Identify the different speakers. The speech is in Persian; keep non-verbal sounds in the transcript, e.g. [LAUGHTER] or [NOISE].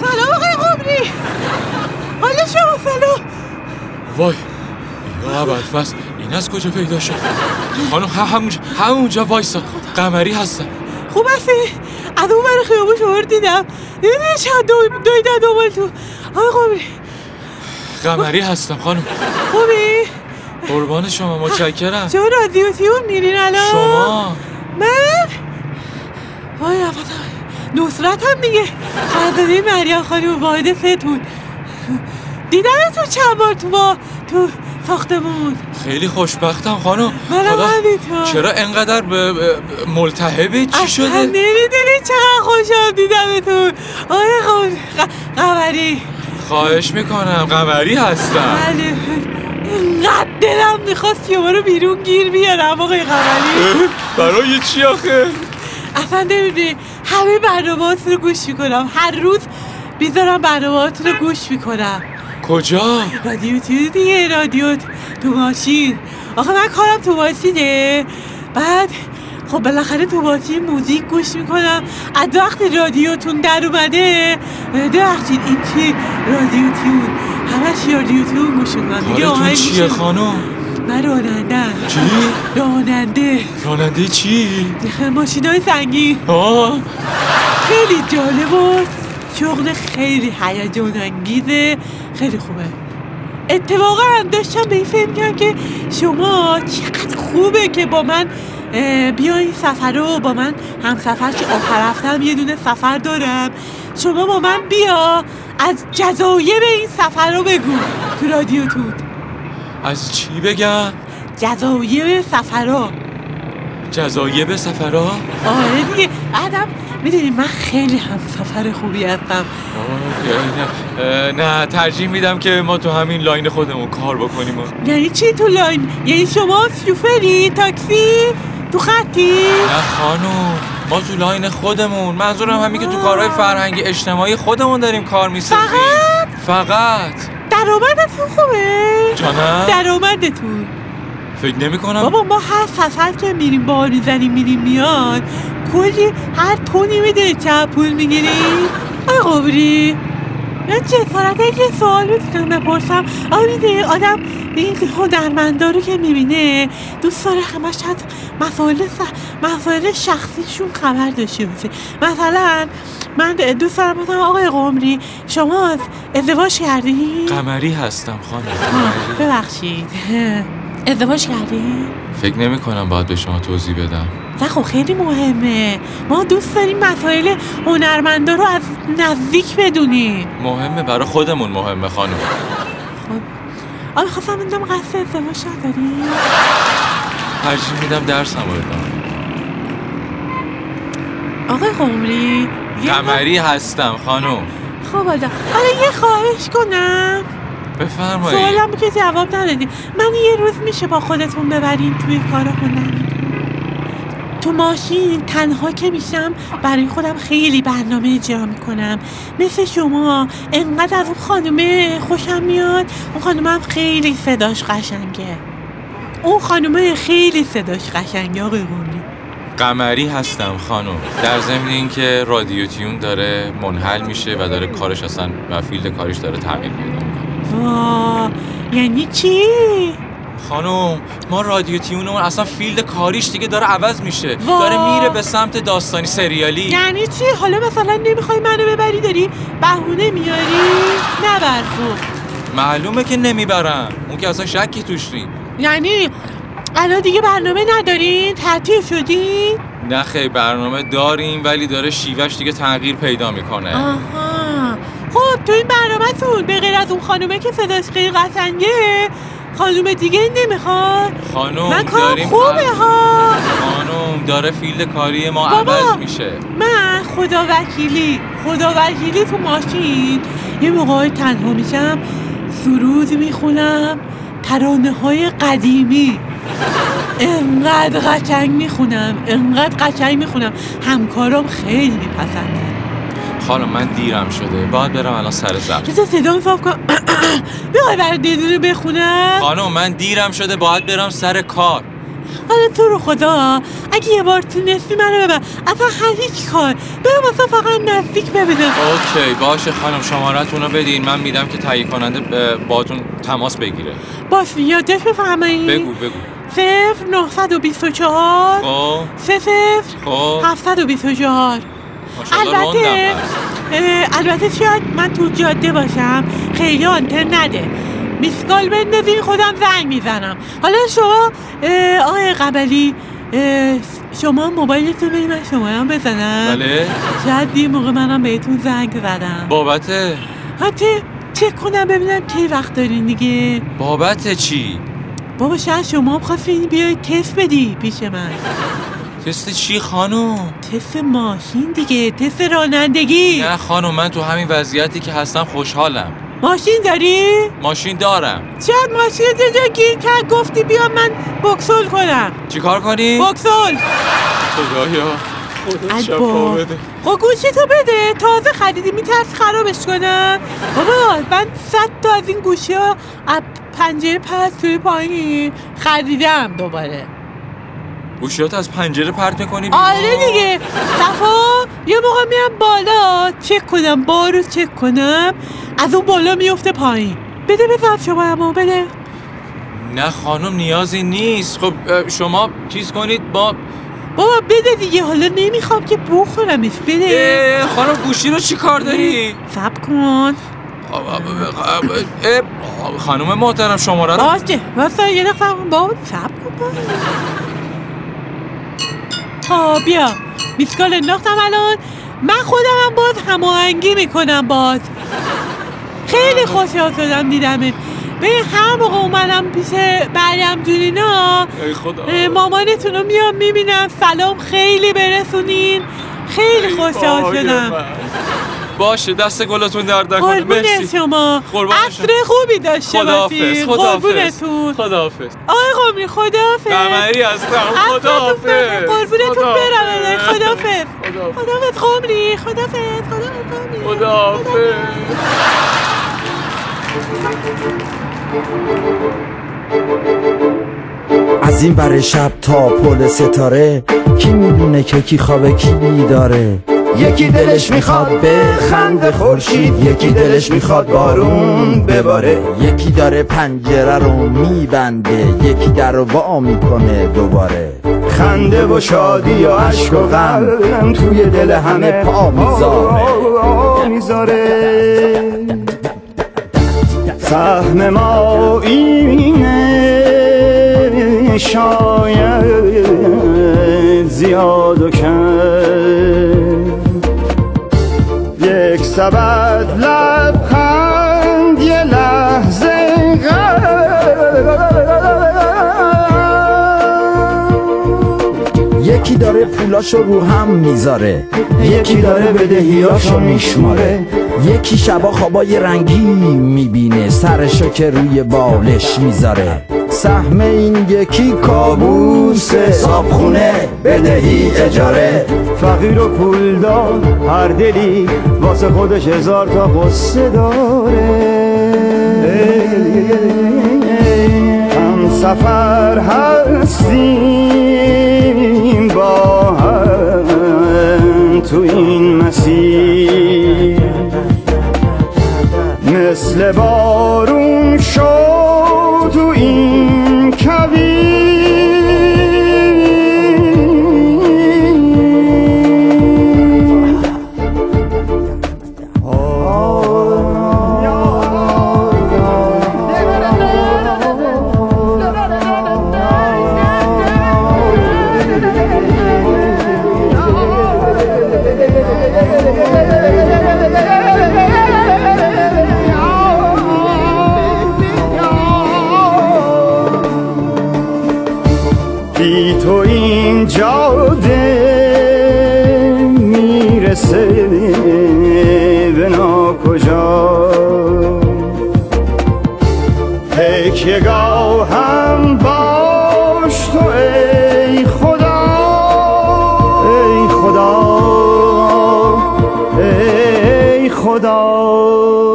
Speaker 1: سلام آقای قمری حالا شما سلام
Speaker 2: وای یا بدفست این از کجا پیدا شد خانم ه- همونجا همونجا وایسا قمری هستم
Speaker 1: خوب هستی از اون برای خیابون شما رو دیدم دیدی چند دو دویدن دنبال تو آقای قمری
Speaker 2: قمری هستم خانم
Speaker 1: خوبی
Speaker 2: قربان شما متشکرم
Speaker 1: شما رادیو تیون میرین الان
Speaker 2: شما
Speaker 1: من وای نفسم نصرت هم میگه خانزاده مریم خانم واحد فتون دیدم تو چند بار تو با تو ساختمون
Speaker 2: خیلی خوشبختم خانم
Speaker 1: منم
Speaker 2: خدا-
Speaker 1: همینطور.
Speaker 2: چرا انقدر به- به- به- ملتهبی چی
Speaker 1: اصلا
Speaker 2: شده
Speaker 1: نمیدونی چقدر خوشم دیدمتون آقای قم- ق- قمری
Speaker 2: خواهش میکنم قمری هستم
Speaker 1: بله اینقدر دلم میخواست یه رو بیرون گیر بیارم آقای قمری
Speaker 2: برای چی آخه
Speaker 1: اصلا نمیدونی همه برنامه رو گوش میکنم هر روز بیذارم برنامه رو گوش میکنم
Speaker 2: کجا
Speaker 1: رادیو تو دیگه رادیو تو ماشین آخه من کارم تو ماشینه بعد خب بالاخره تو ماشین موزیک گوش میکنم از وقت رادیوتون در اومده ببخشید این چی رادیو تیون همش رادیو تیون گوش میکنم دیگه
Speaker 2: حالتون
Speaker 1: آهنگ
Speaker 2: چیه
Speaker 1: گوش نمی‌کنم.
Speaker 2: خانم
Speaker 1: من راننده
Speaker 2: چی
Speaker 1: راننده
Speaker 2: راننده چی
Speaker 1: ماشین های سنگین
Speaker 2: آه
Speaker 1: خیلی جالب و شغل خیلی هیجان انگیزه خیلی خوبه اتفاقا داشتم به این فکر می‌کردم که شما چقدر خوبه که با من اه، بیاین سفر رو با من هم سفر که آخر هفتم یه دونه سفر دارم شما با من بیا از جزایر این سفر رو بگو تو رادیوتون
Speaker 2: از چی بگم
Speaker 1: جزایر سفرها
Speaker 2: جزایب سفرها
Speaker 1: آره دیگه بعدم میدونی من خیلی هم سفر خوبی هستم
Speaker 2: آه، نه، اه، نه ترجیح میدم که ما تو همین لاین خودمون کار بکنیم و-
Speaker 1: یعنی چی تو لاین؟ یعنی شما شوفری؟ تاکسی؟ تو خطی؟
Speaker 2: نه خانم ما تو لاین خودمون منظورم همین که تو
Speaker 1: آه.
Speaker 2: کارهای فرهنگی اجتماعی خودمون داریم کار میسازیم فقط فقط
Speaker 1: درآمدتون خوبه؟
Speaker 2: جانم
Speaker 1: درآمدتون
Speaker 2: فکر نمی کنم
Speaker 1: بابا ما هر سفر که میریم بار میزنیم میریم میان کلی هر تونی میده چه پول میگیریم آقا قبری من جسارت یه سوال میتونم بپرسم آقا میده آدم این هنرمندا رو که میبینه دوست داره همش از مسائل س- مسائل شخصیشون خبر داشته باشه مثلا من دوست دارم مثلا آقای قمری شما ازدواج کردی؟
Speaker 2: قمری هستم خانم
Speaker 1: آه، ببخشید [LAUGHS] ازدواج کردی؟
Speaker 2: فکر نمی کنم باید به شما توضیح بدم
Speaker 1: نه خب خیلی مهمه ما دوست داریم مسائل هنرمندا رو از نزدیک بدونیم
Speaker 2: مهمه برای خودمون مهمه خانم
Speaker 1: آره خواستم ببینم قصد ازدواج نداری
Speaker 2: ترجیح میدم درسم رو بدم
Speaker 1: آقای قمری یه
Speaker 2: قمری هستم خانم
Speaker 1: خب آدم حالا یه خواهش کنم
Speaker 2: بفرمایید
Speaker 1: سوالم که جواب ندادی من یه روز میشه با خودتون ببرین توی کار هنریتون تو ماشین تنها که میشم برای خودم خیلی برنامه اجرا میکنم مثل شما انقدر از اون خانومه خوشم میاد اون خانومه هم خیلی صداش قشنگه اون خانومه خیلی صداش قشنگه آقای قمری
Speaker 2: قمری هستم خانم در ضمن اینکه رادیو تیون داره منحل میشه و داره کارش اصلا و فیلد کارش داره تغییر پیدا میکنه
Speaker 1: وا یعنی چی؟
Speaker 2: خانم ما رادیو تیونمون اصلا فیلد کاریش دیگه داره عوض میشه
Speaker 1: وا.
Speaker 2: داره میره به سمت داستانی سریالی
Speaker 1: یعنی چی؟ حالا مثلا نمیخوای منو ببری داری بهونه میاری؟ نبر خب
Speaker 2: معلومه که نمیبرم اون که اصلا شکی توش نی
Speaker 1: یعنی الان دیگه برنامه ندارین تعطیل شدین
Speaker 2: نه خیلی برنامه داریم ولی داره شیوهش دیگه تغییر پیدا میکنه
Speaker 1: آها خب تو این برنامهتون به غیر از اون خانومه که صداش خیلی قشنگه خانوم دیگه نمیخواد من
Speaker 2: خانم
Speaker 1: کارم
Speaker 2: داریم
Speaker 1: خوبه ها
Speaker 2: خانم داره فیلد کاری ما
Speaker 1: بابا.
Speaker 2: عوض میشه
Speaker 1: من خدا وکیلی خدا وکیلی تو ماشین یه موقع تنها میشم سرود میخونم ترانه های قدیمی انقدر قشنگ میخونم انقدر قشنگ میخونم همکارام خیلی میپسندن
Speaker 2: خانم من دیرم شده باید برم الان سر ضبط
Speaker 1: بذار صدا میفاف [COUGHS] کن میخوای برای دیدونه بخونم
Speaker 2: خانم من دیرم شده باید برم سر کار
Speaker 1: حالا تو رو خدا اگه یه بار تونستی منو ببر اصلا هر هیچ کار برم اصلا فقط نزدیک ببینم
Speaker 2: اوکی باشه خانم شمارتون رو بدین من میدم که تهیه کننده ب- باتون تماس بگیره
Speaker 1: باش یادش
Speaker 2: بگو
Speaker 1: بفرمایی
Speaker 2: بگو
Speaker 1: صفر 924
Speaker 2: خب
Speaker 1: سه صفر
Speaker 2: خب
Speaker 1: 724
Speaker 2: ماشاءالله
Speaker 1: البته
Speaker 2: راندم پس.
Speaker 1: اه، البته شاید من تو جاده باشم خیلی آنتن نده میسکال بندازین خودم زنگ میزنم حالا شما اه، آقای قبلی اه، شما موبایلتون بری من شمارم بزنم
Speaker 2: بله
Speaker 1: شاید یه موقع منم بهتون زنگ زدم
Speaker 2: بابت
Speaker 1: حتی چک کنم ببینم کی وقت دارین دیگه
Speaker 2: بابت چی
Speaker 1: بابا شاید شما هم خواستین بیای تست بدی پیش من
Speaker 2: تست چی خانم
Speaker 1: تست ماشین دیگه تست رانندگی
Speaker 2: نه خانم من تو همین وضعیتی که هستم خوشحالم
Speaker 1: ماشین داری؟
Speaker 2: ماشین دارم
Speaker 1: شاید ماشین یه جا گیر کرد گفتی بیا من بکسول کنم
Speaker 2: چیکار کنی؟
Speaker 1: بکسول
Speaker 2: خدایا خدا شفا
Speaker 1: البا.
Speaker 2: بده
Speaker 1: خب گوشی تو بده تازه خریدی میترس خرابش کنم بابا من صد تا از این گوشی ها از پنجره پس توی پایین خریدم دوباره
Speaker 2: گوشیات از پنجره پرت میکنی
Speaker 1: آره دیگه صفا یه موقع میرم بالا چک کنم بار رو چک کنم از اون بالا میفته پایین بده بزن شما اما بده
Speaker 2: نه خانم نیازی نیست خب اه، شما چیز کنید با
Speaker 1: بابا بده دیگه حالا نمیخوام که بخورمش بده
Speaker 2: اه، خانم گوشی رو چی کار داری؟
Speaker 1: سب کن
Speaker 2: آب- آب- آب- اه، خانم محترم شماره رو
Speaker 1: باشه واسه یه دقیقه صبر کن بابا سب کن بابا. خب بیا میسکال انداختم الان من خودم هم باز هماهنگی میکنم باز خیلی خوشحال شدم دیدمت به هر موقع اومدم پیش مریم جون اینا
Speaker 2: ای خدا
Speaker 1: اه، مامانتون رو میام میبینم سلام خیلی برسونین خیلی خوشحال
Speaker 2: وای
Speaker 1: شدم
Speaker 2: من. باشه دست گلتون در نکنه
Speaker 1: قربون
Speaker 2: مرسی
Speaker 1: شما
Speaker 2: قربان شما.
Speaker 1: عصر خوبی داشته
Speaker 2: خداحافظ
Speaker 1: باشین
Speaker 2: خداحافظ
Speaker 1: قربونتون
Speaker 2: خداحافظ
Speaker 1: آقای قومی خداحافظ
Speaker 2: قمری هستم
Speaker 1: عفوتون بخیر.
Speaker 2: خداحافظ
Speaker 1: قربونتون برم
Speaker 2: خداحافظ.
Speaker 1: خدافز
Speaker 2: خداحافظ.
Speaker 1: خدافز قمری خدافز خدافز قمری
Speaker 2: خداحافظ
Speaker 3: از این ور شب تا پل ستاره کی میدونه که کی خوابه کی بیداره یکی دلش میخواد به خند خورشید یکی دلش میخواد بارون بباره یکی داره پنجره رو میبنده یکی در رو وا میکنه دوباره
Speaker 4: خنده و شادی و اشک و غم توی دل همه پا میذاره میذاره سهم ما اینه شاید زیاد و کم یک سبد لبخند یه لحظه غم
Speaker 3: یکی داره پولاشو رو هم میذاره
Speaker 4: یکی داره بدهیاشو میشماره
Speaker 3: یکی شبا خوابای رنگی میبینه سرشو که روی بالش میذاره سهم این یکی کابوسه صابخونه بدهی اجاره
Speaker 4: فقیر و پولدار هر دلی واسه خودش هزار تا قصه داره هم سفر هستیم با هم تو این مسیر مثل بارون شو تو این کویر بی تو این جاده میرسه به ناکجا تکیه گاه هم باش تو ای خدا ای خدا ای خدا